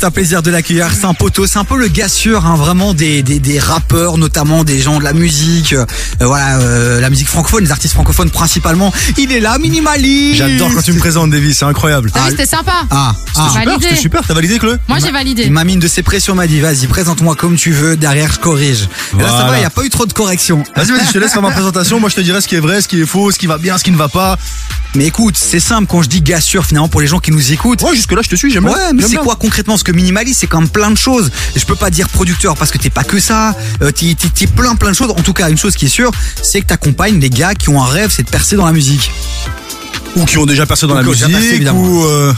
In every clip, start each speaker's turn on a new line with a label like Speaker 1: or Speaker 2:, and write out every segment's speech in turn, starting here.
Speaker 1: C'est un plaisir de l'accueillir, c'est un poteau, c'est un peu le gars sûr, hein, vraiment des, des, des rappeurs, notamment des gens de la musique, euh, voilà, euh, la musique francophone, les artistes francophones principalement. Il est là, minimaliste
Speaker 2: J'adore quand tu me présentes, Davy, c'est incroyable.
Speaker 3: T'as vu, c'était sympa.
Speaker 1: Ah, ah.
Speaker 2: Super,
Speaker 3: validé.
Speaker 2: c'était super, t'as validé Chloé
Speaker 3: Moi, j'ai
Speaker 1: Et
Speaker 3: validé.
Speaker 1: ma mine de ses pressions m'a dit, vas-y, présente-moi comme tu veux, derrière je corrige. Et là, ça va,
Speaker 2: Voilà.
Speaker 1: il n'y a pas eu trop de corrections.
Speaker 2: Vas-y, vas-y, je te laisse faire ma présentation. Moi, je te dirai ce qui est vrai, ce qui est faux, ce qui va bien, ce qui ne va pas.
Speaker 1: Mais écoute, c'est simple, quand je dis gars sûr, finalement, pour les gens qui nous écoutent,
Speaker 2: Ouais, jusque-là, je te suis, j'aime bien.
Speaker 1: Ouais, mais
Speaker 2: J'aime
Speaker 1: c'est
Speaker 2: bien.
Speaker 1: quoi concrètement ce que minimaliste C'est quand même plein de choses. Et Je peux pas dire producteur parce que t'es pas que ça. Euh, t'es, t'es- t'es plein plein de choses. En tout cas, une chose qui est sûre, c'est que t'accompagnes les gars qui ont un rêve, c'est de percer dans la musique.
Speaker 2: Ou qui ont déjà percé dans
Speaker 1: Ou
Speaker 2: la
Speaker 1: qui ont déjà
Speaker 2: musique,
Speaker 1: percé, évidemment.
Speaker 2: ou. euh,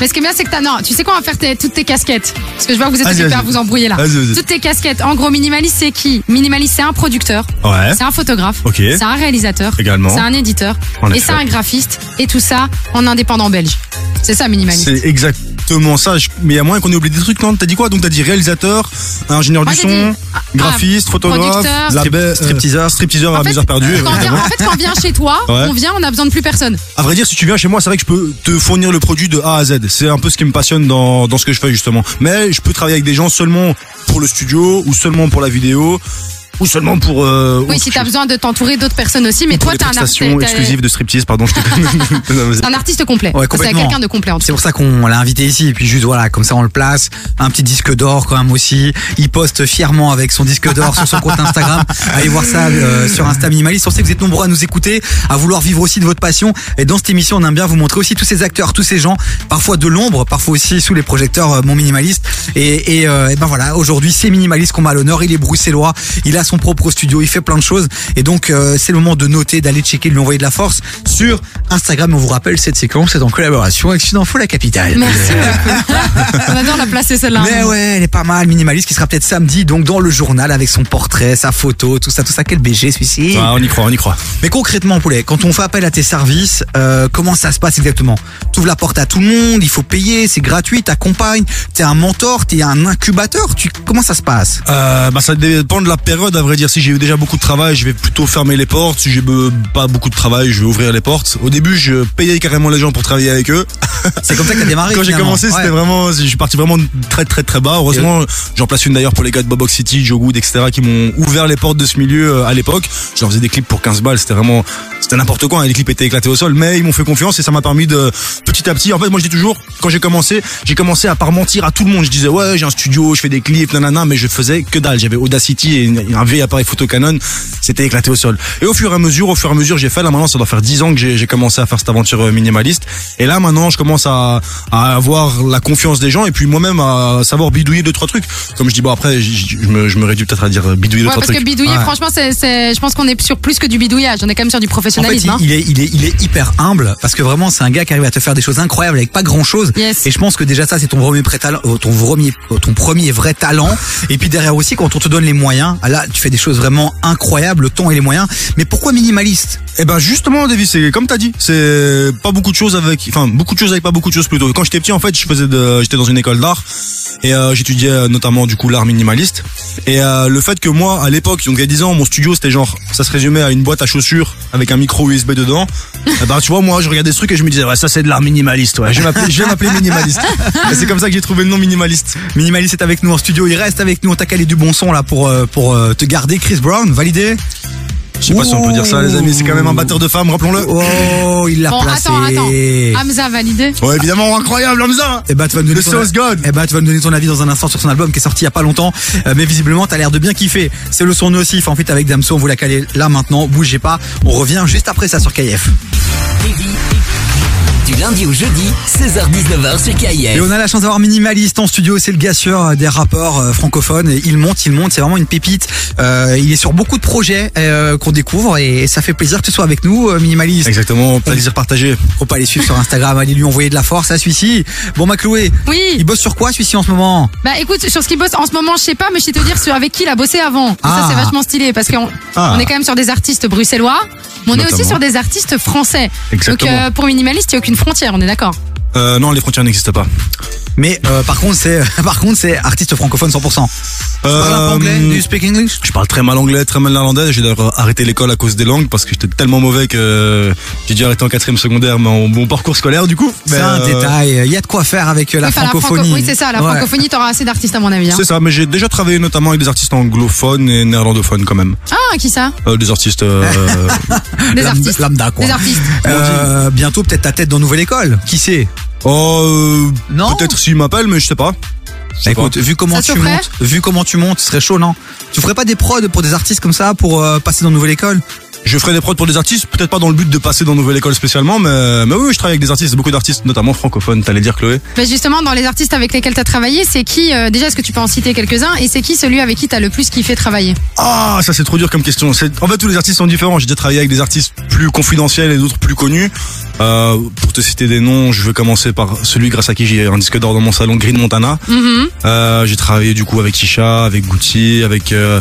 Speaker 3: Mais ce qui est bien, c'est que t'as. Non, tu sais quoi, on va faire tes- toutes tes casquettes. Parce que je vois que vous êtes
Speaker 2: Vas-y,
Speaker 3: super,
Speaker 2: vas-y.
Speaker 3: vous embrouillez là.
Speaker 2: Vas-y, vas-y.
Speaker 3: Toutes tes casquettes. En gros, minimaliste, c'est qui Minimaliste, c'est un producteur.
Speaker 2: Ouais.
Speaker 3: C'est un photographe.
Speaker 2: Hein? Ok.
Speaker 3: C'est un réalisateur.
Speaker 2: Également.
Speaker 3: C'est un éditeur.
Speaker 2: En
Speaker 3: Et
Speaker 2: effet.
Speaker 3: c'est un graphiste. Et tout ça en indépendant belge. C'est ça, minimaliste.
Speaker 2: C'est exactement ça. Je- Mais il y a moyen qu'on ait oublié des trucs, non T'as dit quoi Donc, t'as dit réalisateur, ingénieur
Speaker 3: Moi,
Speaker 2: du
Speaker 3: j'ai
Speaker 2: son,
Speaker 3: dit- ah,
Speaker 2: graphiste, photographe,
Speaker 3: producteur.
Speaker 2: strip-
Speaker 1: Label, euh,
Speaker 2: stripteaseur, stripteaseur euh, à
Speaker 3: En fait,
Speaker 2: mes heures perdues.
Speaker 3: quand on vient-
Speaker 2: évidemment.
Speaker 3: en fait, quand on vient chez toi,
Speaker 2: Ouais.
Speaker 3: on vient, on a besoin de plus personne.
Speaker 2: À vrai dire, si tu viens chez moi, c'est vrai que je peux te fournir le produit de A à Z. C'est un peu ce qui me passionne dans, dans ce que je fais justement. Mais je peux travailler avec des gens seulement pour le studio ou seulement pour la vidéo ou seulement pour. Euh,
Speaker 3: Oui,
Speaker 2: autre
Speaker 3: si t'as
Speaker 2: chose.
Speaker 3: besoin de t'entourer d'autres personnes aussi. Mais
Speaker 2: pour
Speaker 3: toi,
Speaker 2: des
Speaker 3: t'es un, artiste-
Speaker 2: prestations
Speaker 3: t'es-
Speaker 2: exclusives
Speaker 3: t'es
Speaker 2: de striptease, pardon. Je te... Non, mais-
Speaker 3: un artiste complet.
Speaker 1: Ouais,
Speaker 3: c'est
Speaker 1: complètement.
Speaker 3: quelqu'un de complet
Speaker 2: euh,
Speaker 3: en tout
Speaker 1: C'est pour ça qu'on l'a invité ici. Et puis juste voilà, comme ça on le place. Un petit disque d'or quand même aussi. Il poste fièrement avec son disque d'or sur son compte Instagram. Allez voir ça euh, sur Insta Minimaliste. On sait que vous êtes nombreux à nous écouter, à vouloir vivre aussi de votre passion. Et dans cette émission, on aime bien vous montrer aussi tous ces acteurs, tous ces gens, parfois de l'ombre, parfois aussi sous les projecteurs euh, mon minimaliste. Et, et, euh, et ben voilà, aujourd'hui c'est minimaliste qu'on m'a à l'honneur. Il est bruxellois, il a son propre studio, il fait plein de choses. Et donc euh, c'est le moment de noter, d'aller checker, de lui envoyer de la force sur Instagram. On vous rappelle cette séquence est en collaboration avec Sudinfo la capitale.
Speaker 3: Merci beaucoup. On adore la placer celle-là.
Speaker 1: Mais ouais, elle est pas mal, minimaliste, qui sera peut-être samedi, donc dans le journal avec son portrait, sa photo, tout ça, tout ça. Quel BG celui-ci
Speaker 2: Ah, on y croit, on y croit.
Speaker 1: mais concrètement, Poulet, quand on fait appel à tes services, euh, comment ça se passe exactement Tu ouvres la porte à tout le monde, il faut payer, c'est gratuit, t'accompagnes, t'es un mentor, t'es un incubateur, tu... comment ça se passe
Speaker 2: Euh, bah, ça dépend de la période, à vrai dire. Si j'ai eu déjà beaucoup de travail, je vais plutôt fermer les portes. Si j'ai be- pas beaucoup de travail, je vais ouvrir les portes. Au début, je payais carrément les gens pour travailler avec eux.
Speaker 1: C'est comme ça que t'as démarré
Speaker 2: Quand j'ai
Speaker 1: finalement.
Speaker 2: commencé, c'était
Speaker 1: Ouais.
Speaker 2: vraiment, je suis parti vraiment très très très bas. Heureusement, j'en place une d'ailleurs pour les gars de Bobox City, Joe Good, etc. qui m'ont ouvert les portes de ce milieu euh, à l'époque. Je leur faisais des clips pour 15 balles, c'était vraiment, c'était n'importe quoi. hein. Les clips étaient éclatés au sol, mais ils m'ont fait confiance et ça m'a permis de petit à petit. En fait, moi, je dis toujours, quand j'ai commencé, j'ai commencé à par mentir à tout le monde. Je disais ouais, j'ai un studio, je fais des clips, nanana, mais je faisais que dalle. J'avais Audacity et une- un vieil appareil photo Canon, c'était éclaté au sol. Et au fur et à mesure, au fur et à mesure, j'ai fait. Là maintenant, ça doit faire 10 ans que j'ai j'ai commencé à faire cette aventure euh, minimaliste. Et là maintenant, je commence à, à avoir la confiance des gens et puis moi-même à savoir bidouiller deux trois trucs. Comme je dis bon après, j- j- je me, je me réduis peut-être à dire euh, bidouiller deux
Speaker 3: Ouais,
Speaker 2: trois
Speaker 3: parce que
Speaker 2: trucs.
Speaker 3: bidouiller,
Speaker 1: Ouais.
Speaker 3: franchement, c'est, c'est- je pense qu'on est sur plus que du bidouillage. On est quand même sur du
Speaker 1: En fait,
Speaker 3: professionnalisme. hein.
Speaker 1: il, il est, il, est, il est hyper humble parce que vraiment, c'est un gars qui arrive à te faire des choses incroyables avec pas grand chose.
Speaker 3: Yes.
Speaker 1: Et je pense que déjà, ça, c'est ton premier, pré- talent- euh, ton, premier, euh, ton premier vrai talent. Et puis derrière aussi, quand on te donne les moyens, ah là, tu fais des choses vraiment incroyables, le temps et les moyens. Mais pourquoi minimaliste
Speaker 2: Et ben justement, David, c'est comme t'as dit, c'est pas beaucoup de choses avec, enfin beaucoup de choses avec pas beaucoup de choses plutôt. Quand j'étais petit, en fait, je faisais, de- j'étais dans une école d'art et euh, j'étudiais euh, notamment du coup l'art minimaliste. Et euh, le fait que moi, à l'époque, donc il y a 10 ans, mon studio c'était genre, ça se résumait à une boîte à chaussures avec un micro USB dedans. Et ben tu vois, moi, je regardais ce truc et je me disais, ouais, ça c'est de l'art minimaliste, ouais. Je vais m'appeler, je vais m'appeler minimaliste. Et c'est comme ça que j'ai trouvé le nom minimaliste.
Speaker 1: Minimaliste est avec nous en studio, il reste avec nous, on t'a calé du bon son là pour, euh, pour euh, te garder. Chris Brown, validé
Speaker 2: Je sais pas si on peut dire ça, les amis. C'est quand même un batteur de femmes, rappelons-le.
Speaker 1: Oh, il l'a
Speaker 3: Bon,
Speaker 1: placé.
Speaker 3: attends, attends. Hamza validé.
Speaker 2: Ouais, évidemment, incroyable, Hamza.
Speaker 1: Eh ben, tu vas nous
Speaker 2: Le
Speaker 1: donner ton-
Speaker 2: sauce god.
Speaker 1: Eh ben, tu vas nous donner ton avis dans un instant sur son album qui est sorti il y a pas longtemps. Euh, mais visiblement, t'as l'air de bien kiffer. C'est le son nocif. En fait, avec Damso, on vous l'a calé là maintenant. Bougez pas. On revient juste après ça sur KF.
Speaker 4: Du lundi au jeudi, 16h-19h sur
Speaker 1: Et
Speaker 4: KIF.
Speaker 1: on a la chance d'avoir Minimaliste en studio. C'est le gars sûr euh, des rappeurs euh, francophones. Et il monte, il monte. C'est vraiment une pépite. Euh, il est sur beaucoup de projets euh, qu'on découvre et ça fait plaisir que tu sois avec nous, euh, Minimaliste.
Speaker 2: Exactement, plaisir partagé.
Speaker 1: Faut pas aller suivre sur Instagram. Allez lui envoyer de la force à celui-ci. Bon, ma Chloé. Il
Speaker 3: Oui.
Speaker 1: bosse sur quoi celui-ci en ce moment
Speaker 3: Bah écoute, sur ce qu'il bosse en ce moment, je sais pas, mais je sais te dire sur avec qui il a bossé avant. Et
Speaker 1: Ah.
Speaker 3: Ça c'est vachement stylé parce qu'on
Speaker 2: Ah.
Speaker 3: on est quand même sur des artistes bruxellois, mais on est
Speaker 2: Notamment.
Speaker 3: aussi sur des artistes français.
Speaker 2: Exactement.
Speaker 3: Donc euh, pour minimaliste, il n'y a aucune frontière, on est d'accord.
Speaker 2: Euh, non, les frontières n'existent pas.
Speaker 1: Mais euh, par contre, c'est par contre c'est artiste francophone 100%.
Speaker 2: Euh,
Speaker 1: Tu parles un peu anglais
Speaker 2: hum,
Speaker 1: Do you speak English
Speaker 2: Je parle très mal anglais, très mal néerlandais. J'ai d'ailleurs arrêté l'école à cause des langues parce que j'étais tellement mauvais que j'ai dû arrêter en quatrième secondaire mon, mon parcours scolaire du coup.
Speaker 1: C'est
Speaker 2: Mais,
Speaker 1: un
Speaker 2: euh,
Speaker 1: détail. Il y a de quoi faire avec euh, la
Speaker 3: Oui, enfin, franco-
Speaker 1: francophonie.
Speaker 3: oui, c'est ça, la
Speaker 1: Ouais.
Speaker 3: francophonie, t'auras assez d'artistes à mon avis. hein.
Speaker 2: C'est ça, mais j'ai déjà travaillé notamment avec des artistes anglophones et néerlandophones quand même.
Speaker 3: Ah, qui ça
Speaker 2: Euh, des artistes. euh,
Speaker 3: Des
Speaker 1: Lam-
Speaker 3: artistes.
Speaker 1: Lambda quoi.
Speaker 3: Des artistes.
Speaker 1: Euh, bientôt peut-être ta tête dans nouvelle école. Qui sait
Speaker 2: oh, euh,
Speaker 1: Non.
Speaker 2: peut-être s'ils m'appellent, mais je sais pas. Je sais
Speaker 1: Écoute, vu comment
Speaker 3: Ça se
Speaker 1: tu
Speaker 3: ferait
Speaker 1: montes, vu comment tu montes, ce serait chaud, non Tu ferais pas des prods pour des artistes comme ça pour euh, passer dans nouvelle école
Speaker 2: Je ferai des prods pour des artistes, peut-être pas dans le but de passer dans Nouvelle École spécialement, mais, mais oui, je travaille avec des artistes, beaucoup d'artistes, notamment francophones, t'allais dire Chloé.
Speaker 3: Mais Bah, justement, dans les artistes avec lesquels t'as travaillé, c'est qui euh, Déjà, est-ce que tu peux en citer quelques-uns Et c'est qui celui avec qui t'as le plus kiffé travailler
Speaker 2: Ah, ça c'est trop dur comme question. C'est- En fait, tous les artistes sont différents. J'ai déjà travaillé avec des artistes plus confidentiels et d'autres plus connus. Euh, pour te citer des noms, je vais commencer par celui grâce à qui j'ai un disque d'or dans mon salon, Green Montana.
Speaker 3: Mhm.
Speaker 2: Euh, j'ai travaillé du coup avec Isha, avec Gucci, avec euh,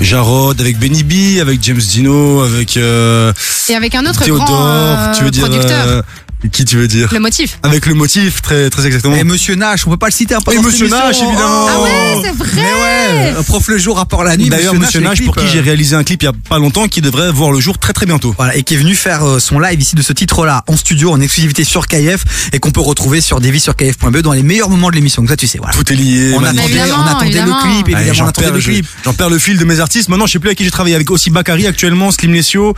Speaker 2: Jarod, avec Benny B, avec James Dino, avec euh,
Speaker 3: Et avec un autre
Speaker 2: Théodore.
Speaker 3: grand euh,
Speaker 2: tu veux dire
Speaker 3: producteur.
Speaker 2: euh, qui tu veux dire
Speaker 3: Le motif.
Speaker 2: Avec le motif, très très exactement.
Speaker 1: Et Eh, Monsieur Nash, on peut pas le citer. hein, pas
Speaker 2: Et
Speaker 1: dans cette
Speaker 2: Monsieur Nash,
Speaker 1: émission.
Speaker 2: évidemment.
Speaker 3: Ah ouais, c'est
Speaker 1: Mais
Speaker 3: vrai
Speaker 1: ouais, euh, prof le jour, rapport la nuit.
Speaker 2: D'ailleurs, Monsieur Nage,
Speaker 1: les
Speaker 2: pour
Speaker 1: clips,
Speaker 2: qui j'ai
Speaker 1: euh,
Speaker 2: réalisé un clip il y a pas longtemps, qui devrait voir le jour très très bientôt.
Speaker 1: Voilà, et qui est venu faire euh, son live ici de ce titre-là en studio en exclusivité sur KF et qu'on peut retrouver sur Davy sur KF.be dans les meilleurs moments de l'émission. Donc ça, tu sais, voilà.
Speaker 2: Tout est lié.
Speaker 1: On
Speaker 2: Manu.
Speaker 1: attendait,
Speaker 3: Évidemment,
Speaker 1: on attendait
Speaker 3: évidemment.
Speaker 1: le clip,
Speaker 2: Ouais,
Speaker 1: évidemment, on
Speaker 2: j'en
Speaker 1: attendait
Speaker 2: perds,
Speaker 1: le
Speaker 2: je-
Speaker 1: clip.
Speaker 2: j'en perds le fil de mes artistes. Maintenant, je sais plus avec qui j'ai travaillé. Avec aussi Bakary actuellement, Slim Lesio.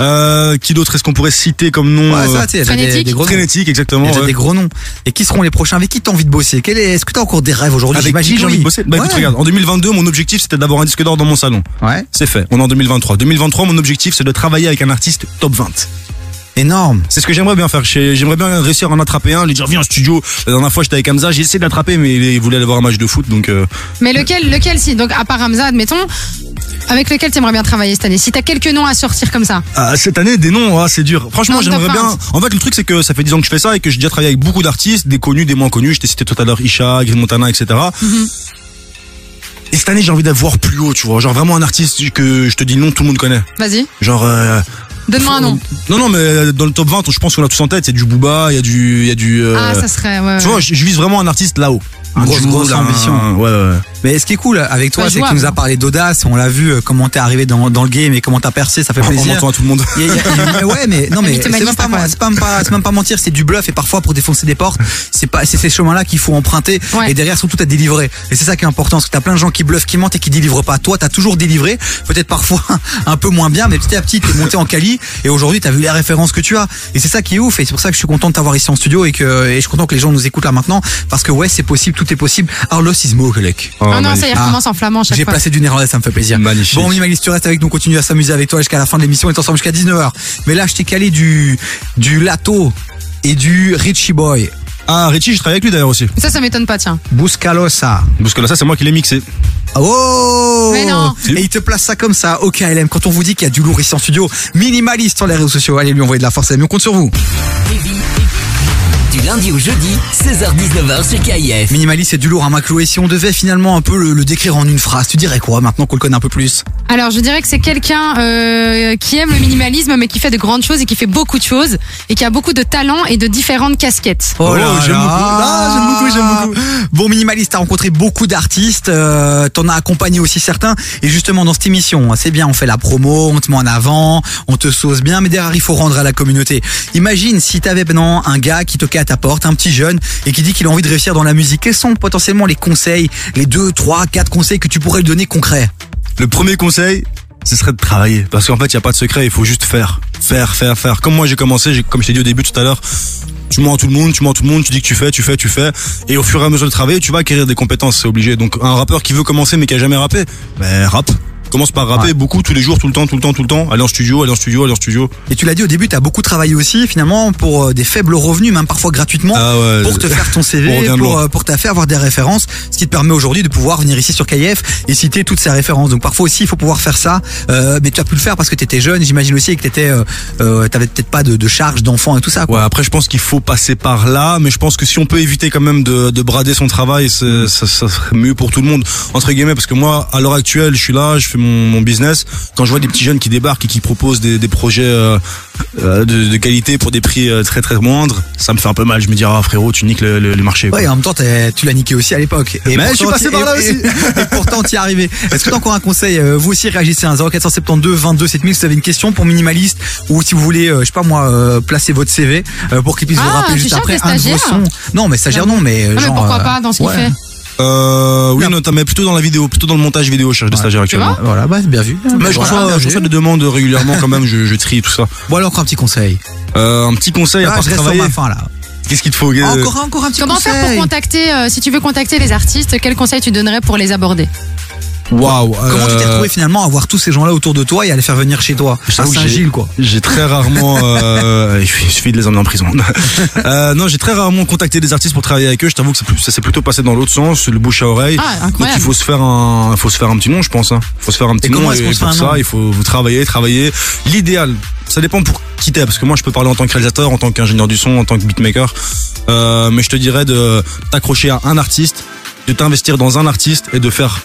Speaker 2: Euh, qui d'autre est-ce qu'on pourrait citer comme nom
Speaker 1: Ouais, ça,
Speaker 2: euh,
Speaker 1: tu sais, il y a déjà des,
Speaker 3: Frénétique.
Speaker 1: des gros noms.
Speaker 2: Frénétique,
Speaker 1: Il y
Speaker 2: exactement. euh,
Speaker 1: a déjà
Speaker 2: ouais.
Speaker 1: des gros noms. Et qui seront les prochains Avec qui t'as envie de bosser Quel est... Est-ce que t'as encore des rêves aujourd'hui
Speaker 2: Avec
Speaker 1: J'imagine
Speaker 2: qui j'ai
Speaker 1: oui.
Speaker 2: envie de bosser Bah écoute,
Speaker 1: Ouais.
Speaker 2: regarde, en 2022, mon objectif c'était d'avoir un disque d'or dans mon salon.
Speaker 1: Ouais.
Speaker 2: C'est fait. On est en 2023. 2023, mon objectif c'est de travailler avec un artiste top 20.
Speaker 1: Énorme.
Speaker 2: C'est ce que j'aimerais bien faire. J'ai- J'aimerais bien réussir à en attraper un, lui dire viens en studio. La dernière fois j'étais avec Hamza, j'ai essayé de l'attraper mais il voulait aller voir un match de foot donc euh,
Speaker 3: Mais lequel, lequel si Donc, à part Hamza, admettons, avec lequel t'aimerais bien travailler cette année Si t'as quelques noms à sortir comme ça.
Speaker 2: Ah, cette année, des noms, ah, c'est dur. Franchement,
Speaker 3: Non, top
Speaker 2: j'aimerais bien.
Speaker 3: 20.
Speaker 2: En fait, le truc, c'est que ça fait 10 ans que je fais ça et que j'ai déjà travaillé avec beaucoup d'artistes, des connus, des moins connus. Je t'ai cité tout à l'heure Isha, Green Montana, etc.
Speaker 3: Mhm.
Speaker 2: Et cette année, j'ai envie d'avoir plus haut, tu vois. Genre vraiment un artiste que je te dis non, tout le monde connaît.
Speaker 3: Vas-y,
Speaker 2: Genre. euh,
Speaker 3: donne-moi un nom.
Speaker 2: Non, non, mais euh, dans le top 20, je pense qu'on a tous en tête. Il y a du Booba, il y a du. il Y a du euh,
Speaker 3: Ah, ça serait. ouais,
Speaker 2: Tu
Speaker 3: ouais.
Speaker 2: vois, je, je vise vraiment un artiste là-haut. Un
Speaker 1: Grosse,
Speaker 2: Jul,
Speaker 1: grosse
Speaker 2: un-
Speaker 1: ambition.
Speaker 2: Ouais, ouais.
Speaker 1: Mais ce qui est cool avec toi,
Speaker 3: Pas
Speaker 1: c'est que tu
Speaker 3: jouable.
Speaker 1: nous as parlé d'audace. On l'a vu euh, comment t'es arrivé dans, dans le game et comment t'as percé. Ça fait
Speaker 2: En
Speaker 1: plaisir.
Speaker 2: mentant à tout le monde.
Speaker 1: Il y a- il y a- mais ouais, mais non, mais c'est
Speaker 3: mythomaniste,
Speaker 1: même pas,
Speaker 3: hein, quand même.
Speaker 1: c'est pas, pas- c'est même pas mentir, c'est du bluff et parfois pour défoncer des portes, c'est pas, c'est ces chemins-là qu'il faut emprunter
Speaker 3: Ouais.
Speaker 1: et derrière surtout t'as délivré. Et c'est ça qui est important, parce que t'as plein de gens qui bluffent, qui mentent et qui délivrent pas. Toi, t'as toujours délivré, peut-être parfois un peu moins bien, mais petit à petit t'es monté en quali et aujourd'hui t'as vu les références que tu as. Et c'est ça qui est ouf et c'est pour ça que je suis content de t'avoir ici en studio et que et je suis content que les gens nous écoutent là maintenant parce que ouais, c'est possible, tout est possible. Arlos is mogelijk.
Speaker 3: Ah non, ça y est,
Speaker 1: Ah.
Speaker 3: recommence en flamand à chaque
Speaker 1: J'ai
Speaker 3: fois.
Speaker 1: placé du néerlandais, ça me fait plaisir.
Speaker 2: Magnifique.
Speaker 1: Bon, Mimalis, tu restes avec nous, on continue à s'amuser avec toi jusqu'à la fin de l'émission, on est ensemble jusqu'à 19h. Mais là, je t'ai calé du, du Lato et du Richie Boy.
Speaker 2: Ah, Richie, je travaille avec lui d'ailleurs aussi.
Speaker 3: Ça, ça m'étonne pas, tiens.
Speaker 1: Buscalosa.
Speaker 2: Parce que là, ça, c'est moi qui l'ai mixé.
Speaker 1: Oh
Speaker 3: Mais non.
Speaker 1: Et il te place ça comme ça, au KLM, quand on vous dit qu'il y a du lourd ici en studio, minimaliste sur les réseaux sociaux, allez lui envoyer de la force, mais on compte sur vous.
Speaker 4: Du lundi au jeudi, 16h-19h sur KIF.
Speaker 1: Minimaliste, c'est du lourd à ma Chloé. Si on devait finalement un peu le, le décrire en une phrase, tu dirais quoi maintenant qu'on le connaît un peu plus
Speaker 3: Alors, je dirais que c'est quelqu'un euh, qui aime le minimalisme, mais qui fait de grandes choses et qui fait beaucoup de choses et qui a beaucoup de talents et de différentes casquettes.
Speaker 1: Oh,
Speaker 2: Oh,
Speaker 1: là
Speaker 2: j'aime
Speaker 1: là.
Speaker 2: beaucoup. Ah, j'aime beaucoup, j'aime
Speaker 1: Bon, Minimaliste, t'as rencontré beaucoup d'artistes, euh, t'en as accompagné aussi certains. Et justement, dans cette émission, c'est bien, on fait la promo, on te met en avant, on te sauce bien, mais derrière, il faut rendre à la communauté. Imagine si t'avais maintenant un gars qui toquait à ta porte, un petit jeune, et qui dit qu'il a envie de réussir dans la musique. Quels sont potentiellement les conseils, les deux, trois, quatre conseils que tu pourrais lui donner concrets
Speaker 2: Le premier conseil, ce serait de travailler. Parce qu'en fait, il n'y a pas de secret, il faut juste faire. Faire, faire, faire. Comme moi, j'ai commencé, j'ai- comme je t'ai dit au début tout à l'heure, tu mens à tout le monde, tu mens à tout le monde, tu dis que tu fais, tu fais, tu fais. Et au fur et à mesure de travailler, tu vas acquérir des compétences, c'est obligé. Donc, un rappeur qui veut commencer mais qui a jamais rappé, ben, rappe. Commence par rapper beaucoup, tous les jours, tout le temps, tout le temps, tout le temps. Aller en studio, aller en studio, aller en studio.
Speaker 1: Et tu l'as dit au début, t'as beaucoup travaillé aussi, finalement, pour euh, des faibles revenus, même parfois gratuitement.
Speaker 2: Ah ouais.
Speaker 1: pour te faire ton
Speaker 2: On
Speaker 1: CV,
Speaker 2: revient de
Speaker 1: pour,
Speaker 2: loin.
Speaker 1: euh, pour t'a fait avoir des références, ce qui te permet aujourd'hui de pouvoir venir ici sur KF et citer toutes ces références. Donc parfois aussi, il faut pouvoir faire ça, euh, mais tu as pu le faire parce que t'étais jeune, j'imagine aussi, et que t'étais, euh, euh, t'avais peut-être pas de, de charge d'enfant et tout ça. Quoi.
Speaker 2: Ouais, après je pense qu'il faut passer par là, mais je pense que si on peut éviter quand même de, de
Speaker 1: Mm.
Speaker 2: brader son travail, c'est- ça, ça serait mieux pour tout le monde entre guillemets, parce que moi à l'heure actuelle, je suis là, je fais mon, mon business, quand je vois des petits jeunes qui débarquent et qui proposent des, des projets euh, euh, de, de qualité pour des prix euh, très très moindres, ça me fait un peu mal. Je me dis, ah frérot, tu niques le, le- le marché. quoi.
Speaker 1: Ouais, et en même temps, t'as- tu l'as niqué aussi à l'époque. Et
Speaker 2: Mais je
Speaker 1: pourtant,
Speaker 2: suis passé
Speaker 1: t'y-
Speaker 2: par là
Speaker 1: et-
Speaker 2: aussi.
Speaker 1: Et, et pourtant, t'y es arrivé. Est-ce que t'as encore un conseil euh, Vous aussi, réagissez à 0472 22 7000 si vous avez une question pour minimaliste ou si vous voulez, euh, je sais pas moi, euh, placer votre CV euh, pour qu'il puisse vous
Speaker 3: Ah,
Speaker 1: rappeler
Speaker 3: tu
Speaker 1: juste
Speaker 3: cherches
Speaker 1: après
Speaker 3: des
Speaker 1: un de vos
Speaker 3: stagiaires
Speaker 1: sons. Non, mais stagiaire non, mais euh,
Speaker 3: Non, mais
Speaker 1: genre,
Speaker 3: pourquoi
Speaker 1: euh,
Speaker 3: pas dans ce qu'il
Speaker 1: ouais.
Speaker 3: fait
Speaker 2: Euh, oui, non, t'as- mais plutôt dans la vidéo, plutôt dans le montage vidéo, je cherche des stagiaires actuellement.
Speaker 1: Voilà, bah, bien vu.
Speaker 2: Mais je
Speaker 1: Voilà,
Speaker 2: reçois,
Speaker 1: bien
Speaker 2: je
Speaker 1: vu.
Speaker 2: reçois des demandes régulièrement quand même, je, je trie tout ça.
Speaker 1: Bon, alors, encore un petit conseil.
Speaker 2: Euh, un petit conseil à
Speaker 1: Ah,
Speaker 2: part
Speaker 1: je reste sur
Speaker 2: travailler.
Speaker 1: ma fin là.
Speaker 2: Qu'est-ce qu'il te faut euh,
Speaker 1: Encore, un- encore un petit
Speaker 3: Comment
Speaker 1: conseil.
Speaker 3: faire pour contacter, euh, si tu veux contacter les artistes, quels conseils tu donnerais pour les aborder
Speaker 2: Waouh.
Speaker 1: Comment tu t'es
Speaker 2: euh,
Speaker 1: retrouvé finalement à voir tous ces gens-là autour de toi et à les faire venir chez toi
Speaker 2: Je
Speaker 1: À
Speaker 2: t'avoue que j'ai-
Speaker 1: Saint-Gilles, quoi.
Speaker 2: J'ai très rarement. euh, il suffit de les emmener en prison. Euh, non, j'ai très rarement contacté des artistes pour travailler avec eux. Je t'avoue que c'est plus- ça s'est plutôt passé dans l'autre sens, le bouche à oreille.
Speaker 3: Ah,
Speaker 2: Donc il
Speaker 3: incroyable.
Speaker 2: faut se faire un, faut se faire un petit nom, je pense. Hein. Faut se faire un petit
Speaker 1: Et comment
Speaker 2: nom
Speaker 1: est-ce qu'on se fait
Speaker 2: pour
Speaker 1: un
Speaker 2: ça,
Speaker 1: nom
Speaker 2: il faut vous travailler, travailler. L'idéal, ça dépend pour qui t'es, parce que moi je peux parler en tant que réalisateur, en tant qu'ingénieur du son, en tant que beatmaker. Euh, mais je te dirais de t'accrocher à un artiste, de t'investir dans un artiste et de faire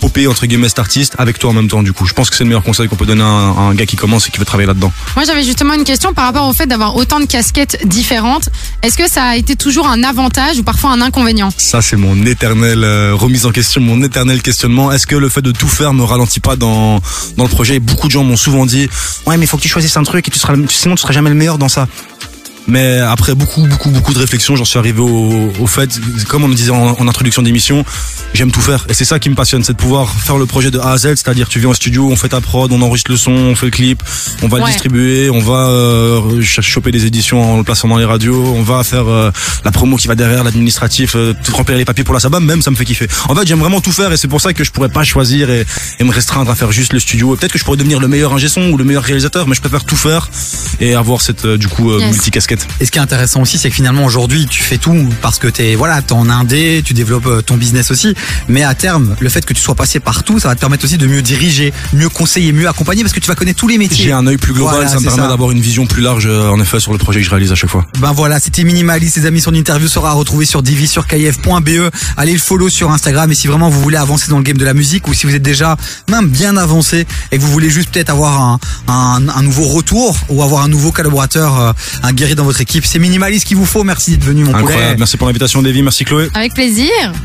Speaker 2: popper entre guillemets cet artiste avec toi en même temps. Du coup, je pense que c'est le meilleur conseil qu'on peut donner à un, à un gars qui commence et qui veut travailler là-dedans.
Speaker 3: Moi, j'avais justement une question par rapport au fait d'avoir autant de casquettes différentes. Est-ce que ça a été toujours un avantage ou parfois un inconvénient
Speaker 2: Ça, c'est mon éternel euh, remise en question, mon éternel questionnement. Est-ce que le fait de tout faire me ralentit pas dans, dans le projet Et Beaucoup de gens m'ont souvent dit Ouais, mais il faut que tu choisisses un truc et tu seras, le- sinon tu seras jamais le meilleur dans ça. Mais après beaucoup, beaucoup, beaucoup de réflexions, j'en suis arrivé au, au fait, comme on le disait en, en introduction d'émission, j'aime tout faire. Et c'est ça qui me passionne, c'est de pouvoir faire le projet de A à Z, c'est-à-dire tu viens au studio, on fait ta prod, on enregistre le son, on fait le clip, on va le
Speaker 3: Ouais.
Speaker 2: distribuer, on va euh, ch- choper des éditions en le plaçant dans les radios, on va faire euh, la promo qui va derrière, l'administratif, euh, tout remplir les papiers pour la sabam, même ça me fait kiffer. En fait, j'aime vraiment tout faire et c'est pour ça que je pourrais pas choisir et, et me restreindre à faire juste le studio. Et Peut-être que je pourrais devenir le meilleur ingé son ou le meilleur réalisateur, mais je préfère tout faire et avoir cette euh, du coup euh,
Speaker 3: Yes.
Speaker 2: multicasquette.
Speaker 1: Et ce qui est intéressant aussi, c'est que finalement aujourd'hui, tu fais tout parce que t'es voilà, t'es en indé, tu développes euh, ton business aussi. Mais à terme, le fait que tu sois passé partout, ça va te permettre aussi de mieux diriger, mieux conseiller, mieux accompagner, parce que tu vas connaître tous les métiers.
Speaker 2: J'ai un œil plus global,
Speaker 1: Voilà,
Speaker 2: ça me
Speaker 1: c'est
Speaker 2: permet
Speaker 1: ça.
Speaker 2: d'avoir une vision plus large euh, en effet sur le projet que je réalise à chaque fois.
Speaker 1: Ben voilà, c'était Minimaliste, les amis. Son interview sera retrouvée sur divi sur kf.be. E. Allez le follow sur Instagram. Et si vraiment vous voulez avancer dans le game de la musique ou si vous êtes déjà même bien avancé et que vous voulez juste peut-être avoir un, un- un nouveau retour ou avoir un nouveau collaborateur, euh, un guerrier dans votre équipe, c'est Minimaliste qu'il vous faut. Merci d'être venu, mon poulet.
Speaker 2: Incroyable, merci pour l'invitation Davy, merci Chloé.
Speaker 3: Avec plaisir.